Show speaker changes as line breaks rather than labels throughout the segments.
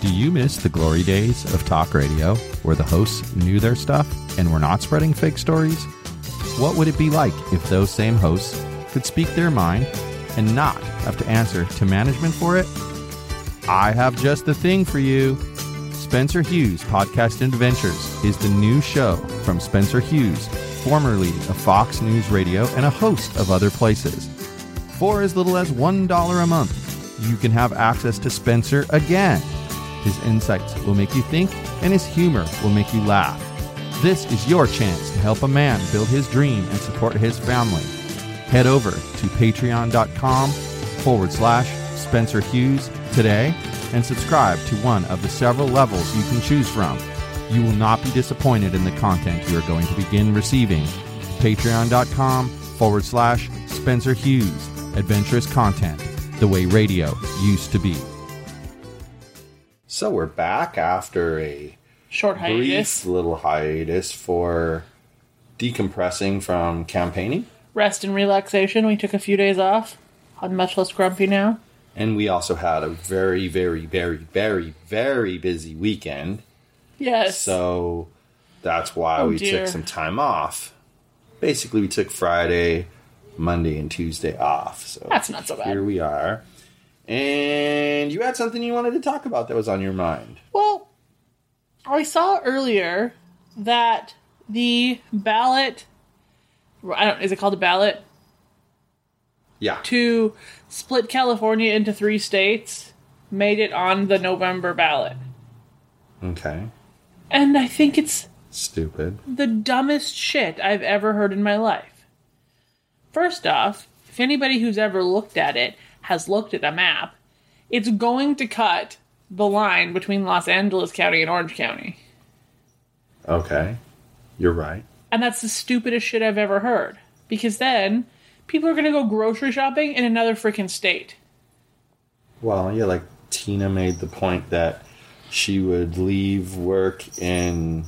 Do you miss the glory days of talk radio where the hosts knew their stuff and were not spreading fake stories? What would it be like if those same hosts could speak their mind and not have to answer to management for it? I have just the thing for you. Spencer Hughes Podcast Adventures is the new show from Spencer Hughes, formerly of Fox News Radio and a host of other places. For as little as $1 a month, you can have access to Spencer again. His insights will make you think, and his humor will make you laugh. This is your chance to help a man build his dream and support his family. Head over to patreon.com forward slash Spencer Hughes today and subscribe to one of the several levels you can choose from. You will not be disappointed in the content you are going to begin receiving. Patreon.com forward slash Spencer Hughes. Adventurous content, the way radio used to be. So we're back after a
Short hiatus.
brief little hiatus for decompressing from campaigning.
Rest and relaxation. We took a few days off. I'm much less grumpy now.
And we also had a very, very, very, very, very busy weekend.
Yes.
So that's why
Oh,
we
dear.
took some time off. Basically, we took Friday, Monday, and Tuesday off. So
That's not so bad.
Here we are. And you had something you wanted to talk about that was on your mind.
Well, I saw earlier that the ballot. I don't. Is it called a ballot
Yeah.
to split California into three states? Made it on the November ballot,
Okay.
and I think it's
Stupid.
the dumbest shit I've ever heard in my life. First off, if anybody who's ever looked at it has looked at a map, it's going to cut the line between Los Angeles County and Orange County.
Okay. You're right.
And that's the stupidest shit I've ever heard. Because then people are going to go grocery shopping in another freaking state.
Well, yeah, like Tina made the point that she would leave work in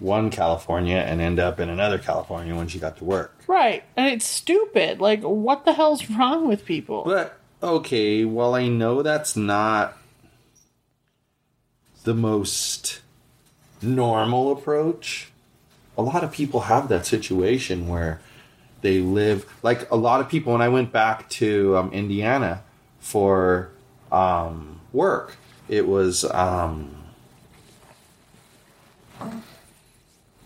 one California and end up in another California when she got to work.
Right. And it's stupid. Like, what the hell's wrong with people?
But okay, well, I know that's not the most normal approach. A lot of people have that situation where they live like a lot of people. When I went back to um, Indiana for um, work, it was um,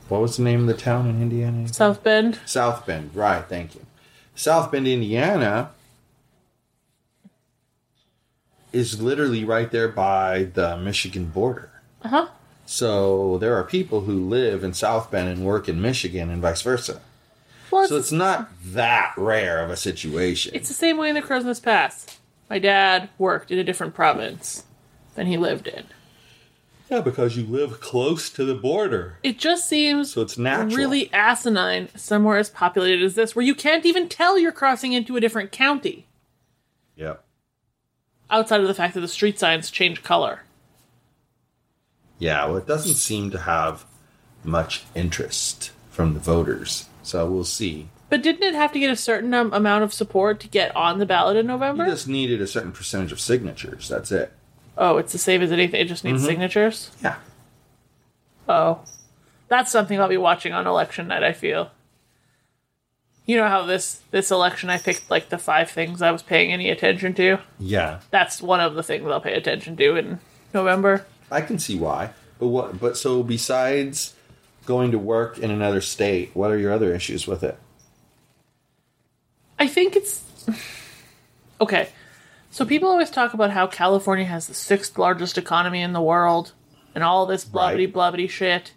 what was the name of the town in Indiana?
South Bend.
South Bend, right, thank you. South Bend, Indiana is literally right there by the Michigan border.
Uh huh.
So there are people who live in South Bend and work in Michigan and vice versa.
Well, it's
So it's not that rare of a situation.
It's the same way in the Crows Nest Pass. My dad worked in a different province than he lived in.
yeah, because you live close to the border.
It just seems
So it's natural.
really asinine somewhere as populated as this, where you can't even tell you're crossing into a different county
Yep.
outside of the fact that the street signs change color.
Yeah, well, it doesn't seem to have much interest from the voters. So we'll see.
But didn't it have to get a certain um, amount of support to get on the ballot in
You
November?
just needed a certain percentage of signatures. That's it.
Oh, it's the same as anything. It just needs
Mm-hmm.
signatures.
Yeah.
Oh, that's something I'll be watching on election night. I feel. You know how this this election I picked like the five things I was paying any attention to.
Yeah.
That's one of the things I'll pay attention to in November.
I can see why. But what but so besides going to work in another state, what are your other issues with it?
I think it's okay. So people always talk about how California has the sixth largest economy in the world and all this
Right.
blobbity blobbity shit.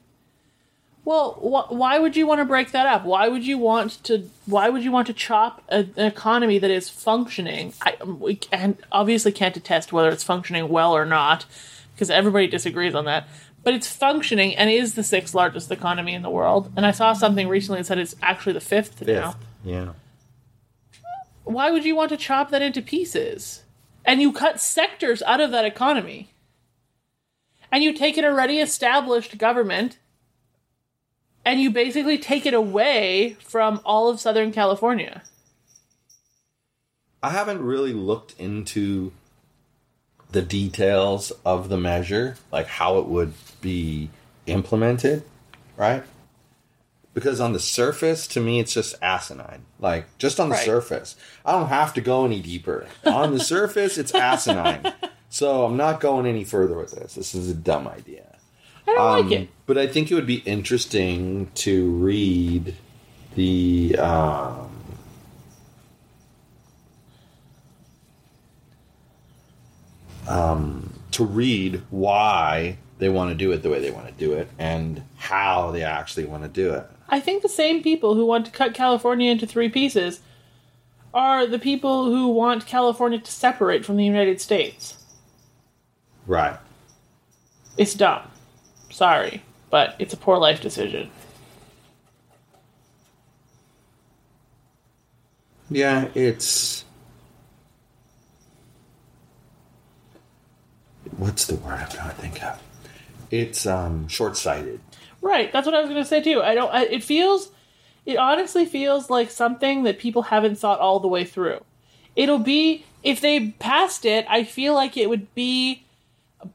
Well, wh- why would you want to break that up? Why would you want to? Why would you want to chop a, an economy that is functioning? I um, we can obviously can't attest whether it's functioning well or not, because everybody disagrees on that. But it's functioning and is the sixth largest economy in the world. And I saw something recently that said it's actually the fifth, now.
Yeah.
Why would you want to chop that into pieces? And you cut sectors out of that economy. And you take an already established government and you basically take it away from all of Southern California.
I haven't really looked into the details of the measure, like how it would be implemented, right? Because on the surface, to me, it's just asinine. Like, just on the
Right.
surface. I don't have to go any deeper. on the surface, it's asinine. So I'm not going any further with this. This is a dumb idea.
I don't
Um,
like it.
But I think it would be interesting to read the um, um, to read why they want to do it the way they want to do it and how they actually want to do it.
I think the same people who want to cut California into three pieces are the people who want California to separate from the United States.
Right.
It's dumb. Sorry, but it's a poor life decision.
Yeah, it's what's the word I'm trying to think of? It's um short-sighted.
Right, that's what I was going to say too. I don't I, it feels it honestly feels like something that people haven't thought all the way through. It'll be if they passed it, I feel like it would be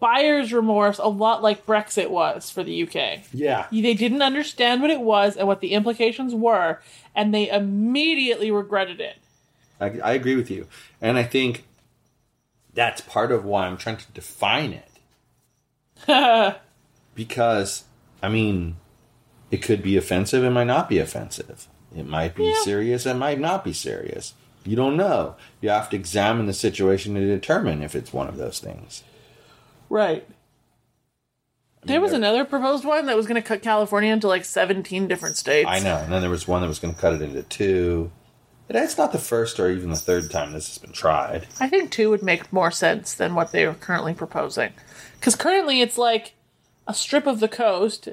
buyer's remorse a lot like Brexit was for the UK.
Yeah.
They didn't understand what it was and what the implications were and they immediately regretted it.
I, I agree with you. And I think that's part of why I'm trying to define it. because, I mean, it could be offensive, it might not be offensive. It might be serious, it might not be serious. You don't know. You have to examine the situation to determine if it's one of those things.
Right. There was another proposed one that was going to cut California into like 17 different states.
I know. And then there was one that was going to cut it into two. But that's not the first or even the third time this has been tried.
I think two would make more sense than what they are currently proposing. Because currently it's like a strip of the coast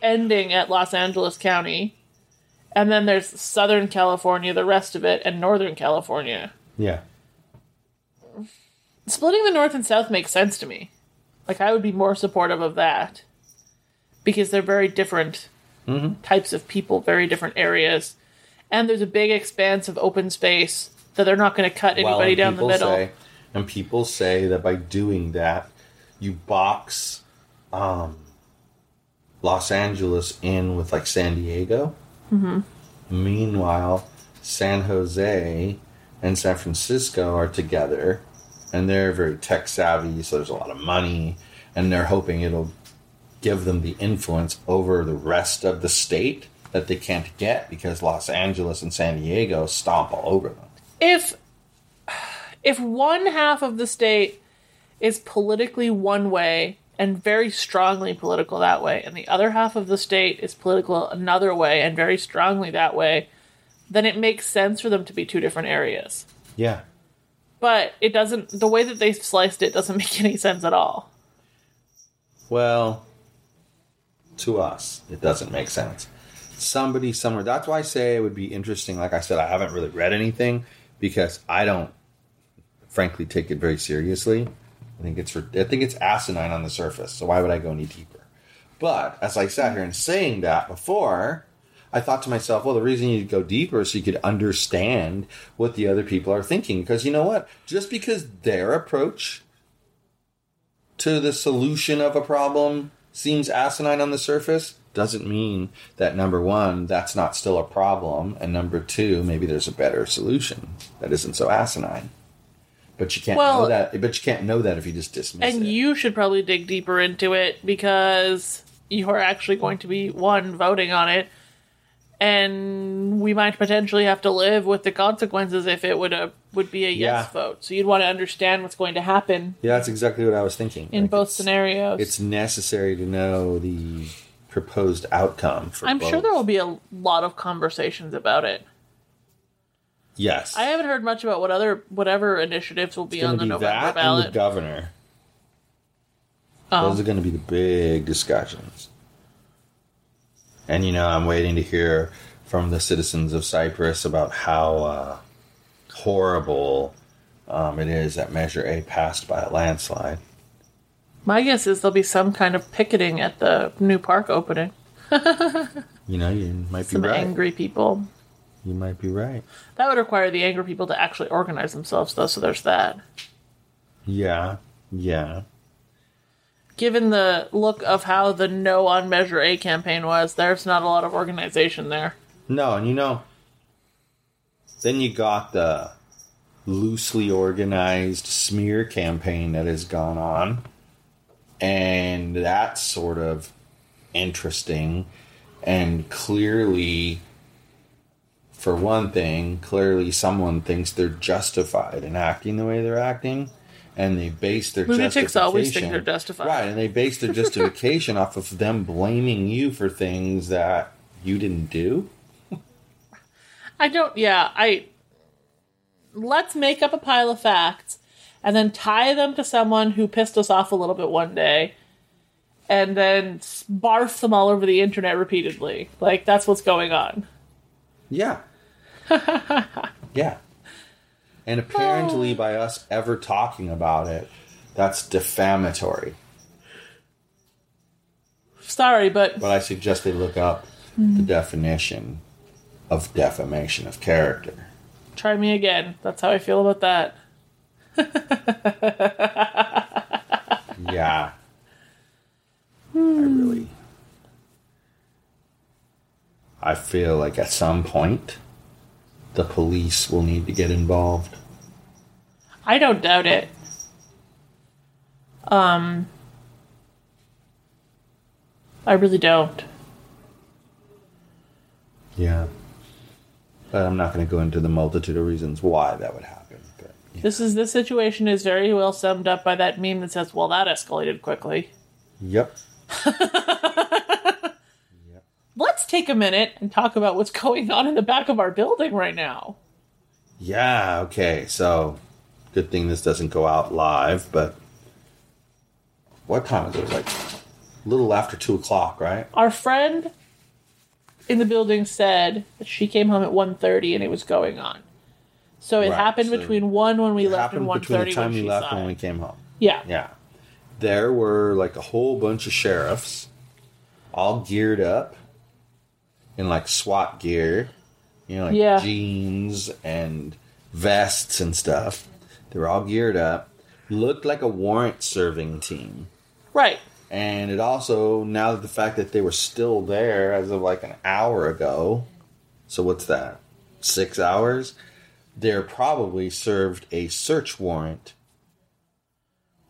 ending at Los Angeles County, and then there's Southern California, the rest of it, and Northern California.
Yeah.
Splitting the North and South makes sense to me. Like, I would be more supportive of that because they're very different
Mm-hmm.
types of people, very different areas, and there's a big expanse of open space that they're not going to cut
Well,
anybody
and
down the
people
middle.
Say, and people say that by doing that, you box um, Los Angeles in with like San Diego. Mm-hmm. Meanwhile, San Jose and San Francisco are together, and they're very tech savvy, so there's a lot of money, and they're hoping it'll give them the influence over the rest of the state that they can't get because Los Angeles and San Diego stomp all over them.
if if one half of the state is politically one way and very strongly political that way and the other half of the state is political another way and very strongly that way then it makes sense for them to be two different areas
Yeah.
but it doesn't the way that they sliced it doesn't make any sense at all
Well, to us, it doesn't make sense. Somebody somewhere. That's why I say it would be interesting. Like I said, I haven't really read anything because I don't, frankly, take it very seriously. I think it's I think it's asinine on the surface. So why would I go any deeper? But as I sat here and saying that before, I thought to myself, well, the reason you go deeper is so you could understand what the other people are thinking. Because you know what? Just because their approach to the solution of a problem seems asinine on the surface doesn't mean that number one, that's not still a problem, and number two, maybe there's a better solution that isn't so asinine. But you can't know
Well-
that. But you can't know that if you just dismiss
and
it.
you should probably dig deeper into it because you are actually going to be one voting on it and we might potentially have to live with the consequences if it would a, would be a yes
Yeah.
vote so you'd want to understand what's going to happen
yeah, that's exactly what I was thinking.
in
Like,
both
it's-
scenarios
it's necessary to know the proposed outcome for
I'm sure
both.
there will be a lot of conversations about it.
Yes.
I haven't heard much about what other whatever initiatives will be
It's
on
gonna
the
be
November
that
ballot.
and the governor.
Oh.
Those are going to be the big discussions. And you know, I'm waiting to hear from the citizens of Cyprus about how uh, horrible um, it is that Measure A passed by a landslide.
My guess is there'll be some kind of picketing at the new park opening.
You know, you might be
Some
right.
angry people.
You might be right.
That would require the angry people to actually organize themselves, though, so there's that.
Yeah, yeah.
Given the look of how the no on Measure A campaign was, there's not a lot of organization there.
No, and you know, then you got the loosely organized smear campaign that has gone on, and that's sort of interesting and clearly. For one thing, clearly someone thinks they're justified in acting the way they're acting, and they base their
Lunatics always think
justification-
they're justified.
right? And they base their justification off of them blaming you for things that you didn't do.
I don't. Yeah, I. Let's make up a pile of facts and then tie them to someone who pissed us off a little bit one day, and then barf them all over the internet repeatedly. Like that's what's going on.
Yeah. yeah. And apparently, by us ever talking about it, that's defamatory.
Sorry, but
But I suggest they look up the definition of defamation of character.
try me again. That's how I feel about that.
Yeah. I really. I feel like at some point, the police will need to get involved.
I don't doubt it. Um, I really don't.
Yeah. But I'm not going to go into the multitude of reasons why that would happen. But yeah.
This is this situation is very well summed up by that meme that says, "Well, that escalated quickly."
Yep.
Let's take a minute and talk about what's going on in the back of our building right now.
Yeah, okay. So, good thing this doesn't go out live, but what time is it? It was like a little after 2 o'clock, right?
Our friend in the building said that she came home at 1.30 and it was going on. So it
Right,
happened
so
between 1 when we
It
left and
happened between
1.30
the time
when
we
she
left
saw
and
it.
we came home.
yeah.
Yeah. There were like a whole bunch of sheriffs all geared up in like SWAT gear, you know, like
Yeah.
jeans and vests and stuff. They were all geared up. Looked like a warrant serving team.
Right.
And it also, now that the fact that they were still there as of like an hour ago, so what's that? Six hours? They're probably served a search warrant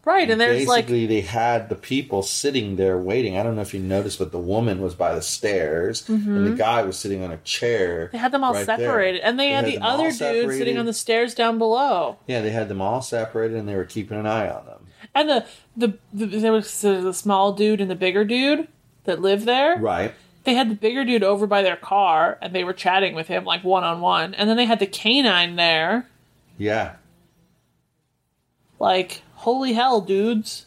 Right, and there's like
basically they had the people sitting there waiting. I don't know if you noticed, but the woman was by the stairs and the
Mm-hmm.
guy was sitting on a chair.
they had them all
right there.
separated and they, had, the
them all
other dude sitting
separated.
on the stairs down below.
Yeah, they had them all separated and they were keeping an eye on them.
And the the, the there was the, the small dude and the bigger dude that lived there.
Right.
They had the bigger dude over by their car and they were chatting with him like one on one. And then they had the canine there.
Yeah.
Like, holy hell, dudes.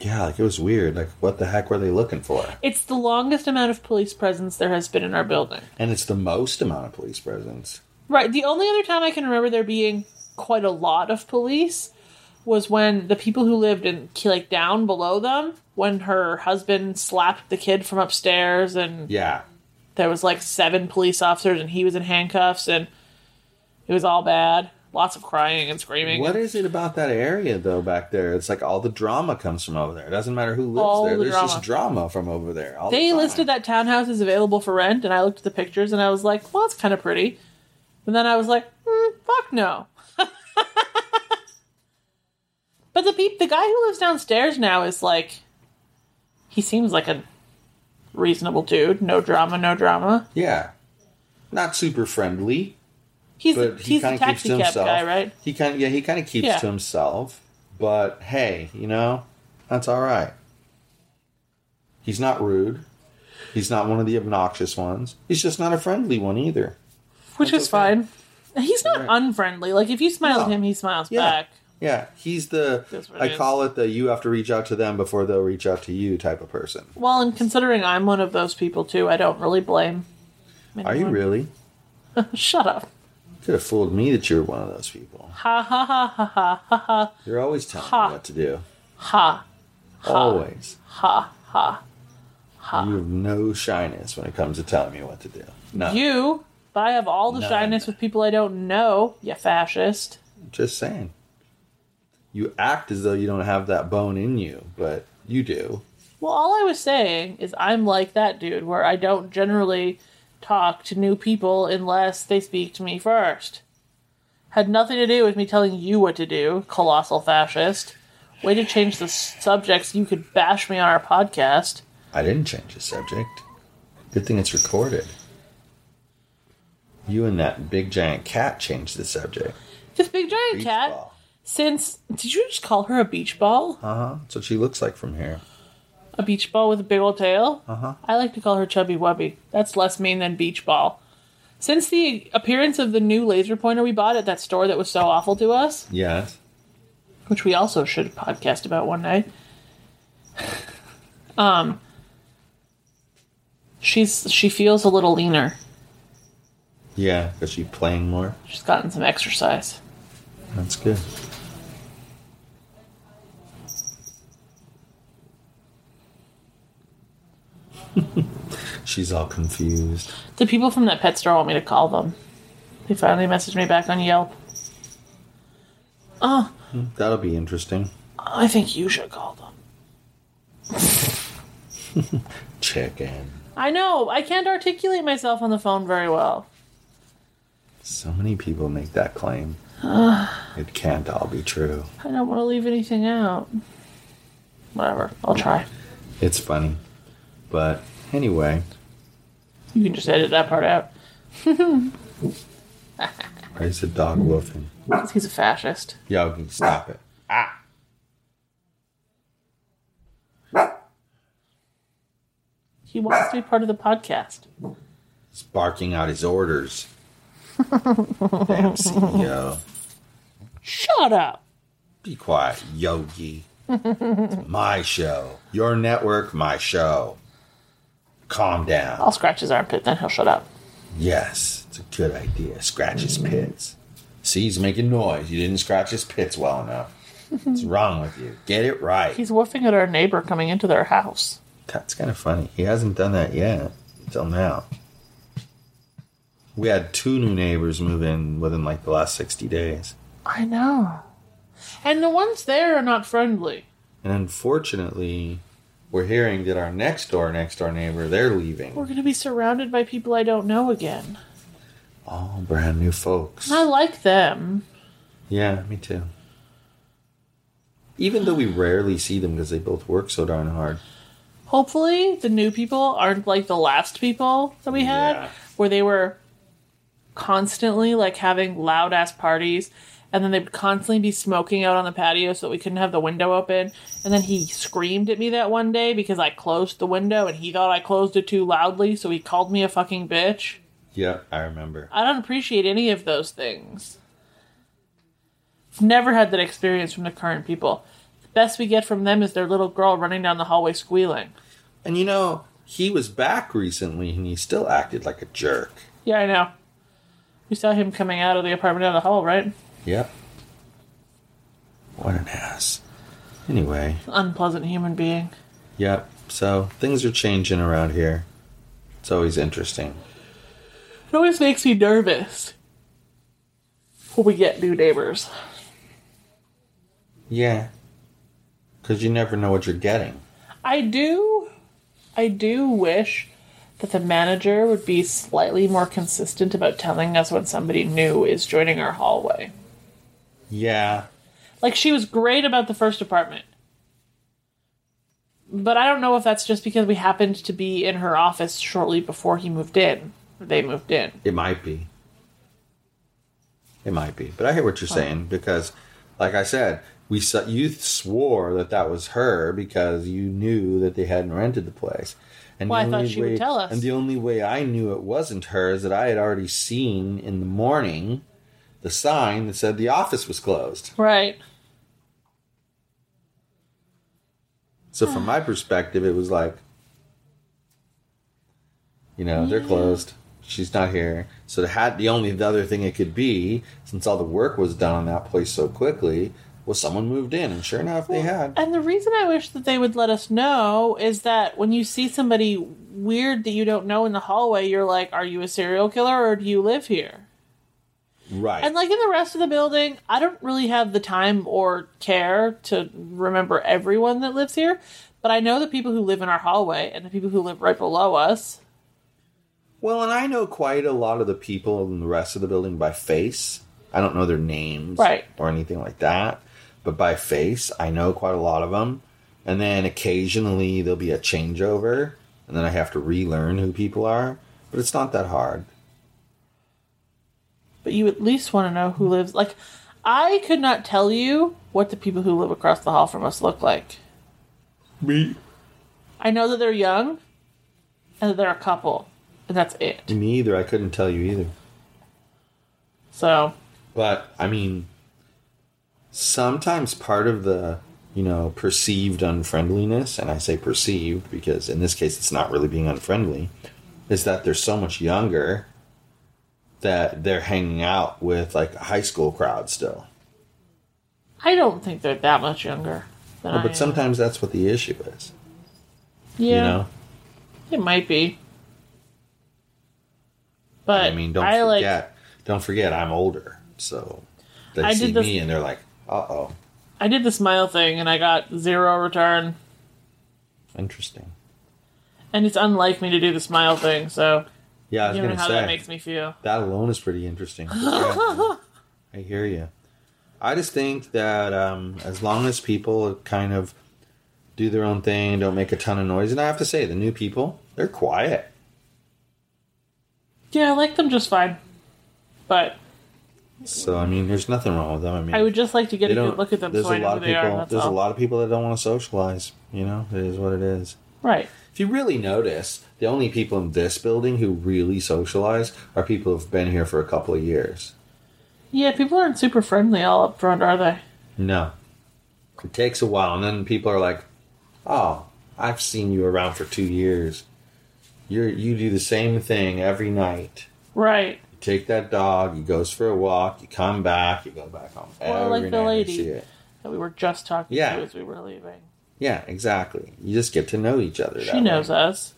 Yeah, like it was weird. Like what the heck were they looking for?
It's the longest amount of police presence there has been in our building.
And it's the most amount of police presence.
Right. The only other time I can remember there being quite a lot of police was when the people who lived in like down below them, when her husband slapped the kid from upstairs and
Yeah.
there was like seven police officers and he was in handcuffs and it was all bad. Lots of crying and screaming.
What is it about that area though back there? It's like all the drama comes from over there. It doesn't matter who lives
All
there.
the
There's just drama from over there. all the
They
time.
listed that townhouse is available for rent, and I looked at the pictures and I was like, well, it's kind of pretty. And then I was like, mm, fuck no. but the peep, the guy who lives downstairs now is like, he seems like a reasonable dude. No drama, no drama.
Yeah. Not super friendly.
He's
but he
he's
kind
the
of keeps
taxi
to
cab
himself.
guy, right?
He kind of yeah, he kind of keeps
Yeah.
to himself. But hey, you know, that's all right. He's not rude. He's not one of the obnoxious ones. He's just not a friendly one either.
Which
That's
is
okay.
fine. He's not unfriendly. Like if you smile at
No.
him, he smiles
Yeah.
back.
Yeah, he's the
That's what it
I
is.
call it the you have to reach out to them before they'll reach out to you type of person.
Well, and considering I'm one of those people too, I don't really blame.
Are you
anyone.
really?
Shut up.
Could have fooled me that you were one of those people.
Ha ha ha ha ha ha ha
You're always telling
Ha.
me what to do.
ha.
Always.
Ha ha.
You have no shyness when it comes to telling me what to do. No.
You, but I have all the
None.
shyness with people I don't know, you fascist.
Just saying. You act as though you don't have that bone in you, but you do.
Well, all I was saying is I'm like that dude where I don't generally talk to new people unless they speak to me first. Had nothing to do with me telling you what to do, colossal fascist. Way to change the subjects you could bash me on our podcast.
I didn't change the subject. Good thing it's recorded. You and that big giant cat changed the subject.
This big giant
Beach
cat,
ball.
since. Did you just call her a beach ball?
Uh huh. That's what she looks like from here.
A beach ball with a big old tail?
Uh-huh.
I like to call her Chubby Wubby. That's less mean than beach ball. Since the appearance of the new laser pointer we bought at that store that was so awful to us,
Yes.
which we also should podcast about one night. um, she's she feels a little leaner.
Yeah, because she's playing more.
She's gotten some exercise.
That's good. she's all confused.
The people from that pet store want me to call them. They finally messaged me back on Yelp. Oh,
That'll be interesting.
I think you should call them.
Check in.
I know I can't articulate myself on the phone very well.
So many people make that claim. it can't all be true.
I don't want to leave anything out. Whatever, I'll try.
It's funny. But anyway,
You can just edit that part out.
there's a dog wolfing.
'cause He's a fascist.
Yo, can you stop it.
He wants to be part of the podcast.
He's barking out his orders. Damn E CEO.
Shut up.
Be quiet, Yogi. It's my show. Your network, my show. Calm
I'll
down.
scratch his armpit, then he'll shut up.
Yes, it's a good idea. Scratch his pits. See, he's making noise. You didn't scratch his pits well enough. What's wrong with you? Get it right.
He's woofing at our neighbor coming into their house.
That's kind of funny. He hasn't done that yet until now. We had two new neighbors move in within like the last 60 days.
I know. And the ones there are not friendly.
And unfortunately, we're hearing that our next door, next door neighbor, they're
We're
leaving.
going to be surrounded by people I don't know again.
All brand new folks.
I like them.
Yeah, me too. Even though we rarely see them because they both work so darn hard.
Hopefully, the new people aren't like the last people that we had,
Yeah.
where they were constantly like having loud ass parties. And then they would constantly be smoking out on the patio so that we couldn't have the window open. And then he screamed at me that one day because I closed the window and he thought I closed it too loudly, so he called me a fucking bitch.
Yeah, I remember.
I don't appreciate any of those things. I've never had that experience from the current people. The best we get from them is their little girl running down the hallway squealing.
And you know, he was back recently and he still acted like a jerk.
Yeah, I know. We saw him coming out of the apartment down the hall, right?
Yep. What an ass. Anyway,
Unpleasant human being.
yep. So things are changing around here. It's always interesting.
It always makes me nervous when we get new neighbors.
Yeah. Because you never know what you're getting.
I do, I do wish that the manager would be slightly more consistent about telling us when somebody new is joining our hallway.
Yeah.
Like she was great about the first apartment. But I don't know if that's just because we happened to be in her office shortly before he moved in. or They moved in.
It might be. It might be. But I hear what you're saying because Like I said, we saw, you swore that that was her because you knew that they hadn't rented the place. And
Well, I
the
thought
only
she would
way-
tell us.
And the only way I knew it wasn't her is that I had already seen in the morning the sign that said the office was closed.
Right.
So from my perspective, it was like, you know, they're closed. She's not here. So the had the only the other thing it could be, since all the work was done on that place so quickly, was someone moved in, and sure enough, they had.
And the reason I wish that they would let us know is that when you see somebody weird that you don't know in the hallway, you're like, are you a serial killer or do you live here?
Right.
And like in the rest of the building, I don't really have the time or care to remember everyone that lives here, but I know the people who live in our hallway and the people who live right below us.
well, and I know quite a lot of the people in the rest of the building by face. I don't know their names
Right.
or anything like that, but by face, I know quite a lot of them. And then occasionally there'll be a changeover, and then I have to relearn who people are. But it's not that hard.
But you at least want to know who lives. Like, I could not tell you what the people who live across the hall from us look like.
Me.
I know that they're young and that they're a couple, and that's it.
Me either. I couldn't tell you either.
So,
But I mean, sometimes part of the you know perceived unfriendliness, and I say perceived because in this case it's not really being unfriendly, is that they're so much younger that they're hanging out with like a high school crowd still.
I don't think they're that much younger than I
Oh, but
am.
sometimes that's what the issue is.
yeah,
You know.
it might be. But
I mean, don't
like-
forget. don't forget. I'm older, so they
I
see
did this-
me and they're like, "Uh oh,
I did the smile thing and I got zero return,
interesting."
and it's unlike me to do the smile thing. So,
Yeah, I was
you
gonna
know how
say
that makes me feel.
That alone is pretty interesting. I hear you. I just think that um, as long as people kind of do their own thing, don't make a ton of noise, and I have to say, the new people, they're quiet.
Yeah, I like them just fine, but
So I mean, there's nothing wrong with them. I mean,
I would just like to get
they
a
don't-
good look at them
There's
so I
a
know
lot
who
of
they
people.
are. That's
there's
all.
a lot of people that don't want to socialize. You know, it is what it is.
right?
If you really notice, the only people in this building who really socialize are people who've been here for a couple of years.
Yeah, people aren't super friendly all up front, are they?
No. It takes a while, and then people are like, "Oh, I've seen you around for two years. You are you do the same thing every night.
Right.
You take that dog, you goes for a walk, you come back, you go back home
Or
every
like the
night. you
lady.
see it.
That we were just talking
Yeah.
to as we were leaving.
Yeah, exactly. You just get to know each other.
She knows
Way.
us.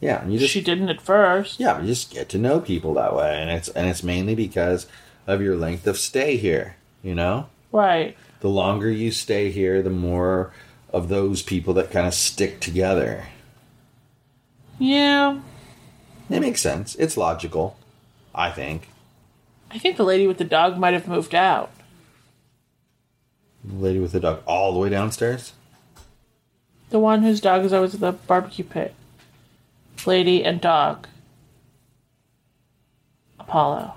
Yeah, and you just
she didn't at first.
yeah, you just get to know people that way, and it's and it's mainly because of your length of stay here. You know.
Right.
the longer you stay here, the more of those people that kind of stick together.
Yeah.
It makes sense. It's logical, I think.
I think the lady with the dog might have moved out.
Lady with the dog all the way downstairs.
The one whose dog is always at the barbecue pit. Lady and dog. Apollo.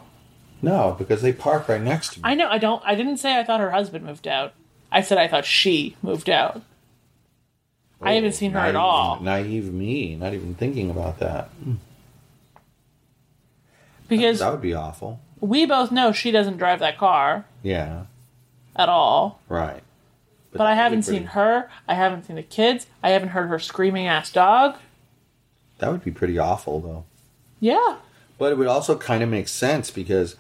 No, because they park right next to me.
I know I don't I didn't say I thought her husband moved out. I said I thought she moved out. I haven't seen her
Naive-
at all.
Naive me, not even thinking about that.
Because
That would be awful.
we both know she doesn't drive that car
Yeah,
at all.
right.
But I
that would be
haven't
pretty-
seen her. I haven't seen the kids. I haven't heard her screaming ass dog.
That would be pretty awful, though.
Yeah.
But it would also kind of make sense because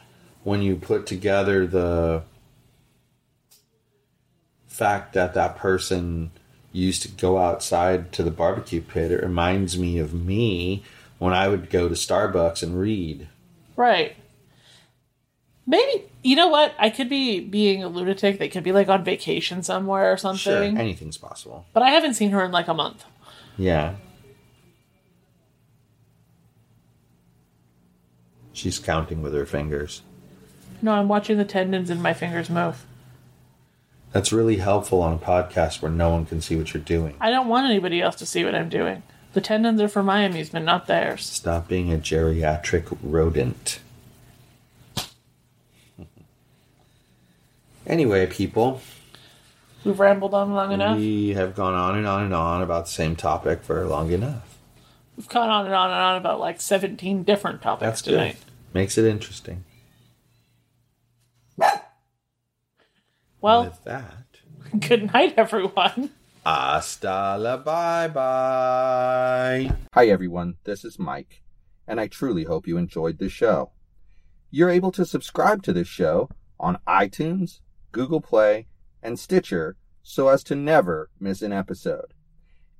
when you put together the fact that that person used to go outside to the barbecue pit, it reminds me of me when I would go to Starbucks and read.
Right. Maybe you know what? I could be being a lunatic. They could be like on vacation somewhere or
Sure,
something.
anything's possible.
But I haven't seen her in like a month.
Yeah. She's counting with her fingers.
No, I'm watching the tendons in my fingers move.
That's really helpful on a podcast where no one can see what you're doing.
I don't want anybody else to see what I'm doing. The tendons are for my amusement, not theirs.
Stop being a geriatric rodent. Anyway, people,
We've rambled on long enough.
we have gone on and on and on about the same topic for long enough.
We've gone on and on and on about like 17 different topics
That's good.
tonight.
Makes it interesting.
Well,
With that,
good night, everyone.
hasta la bye bye.
Hi, everyone. This is Mike, and I truly hope you enjoyed the show. You're able to subscribe to this show on iTunes, Google Play, and Stitcher so as to never miss an episode.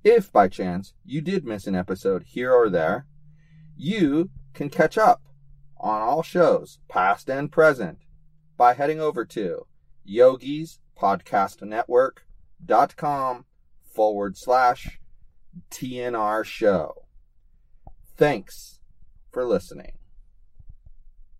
If by chance you did miss an episode here or there, you can catch up on all shows, past and present, by heading over to yogispodcastnetwork.com forward slash TNR show. Thanks for listening.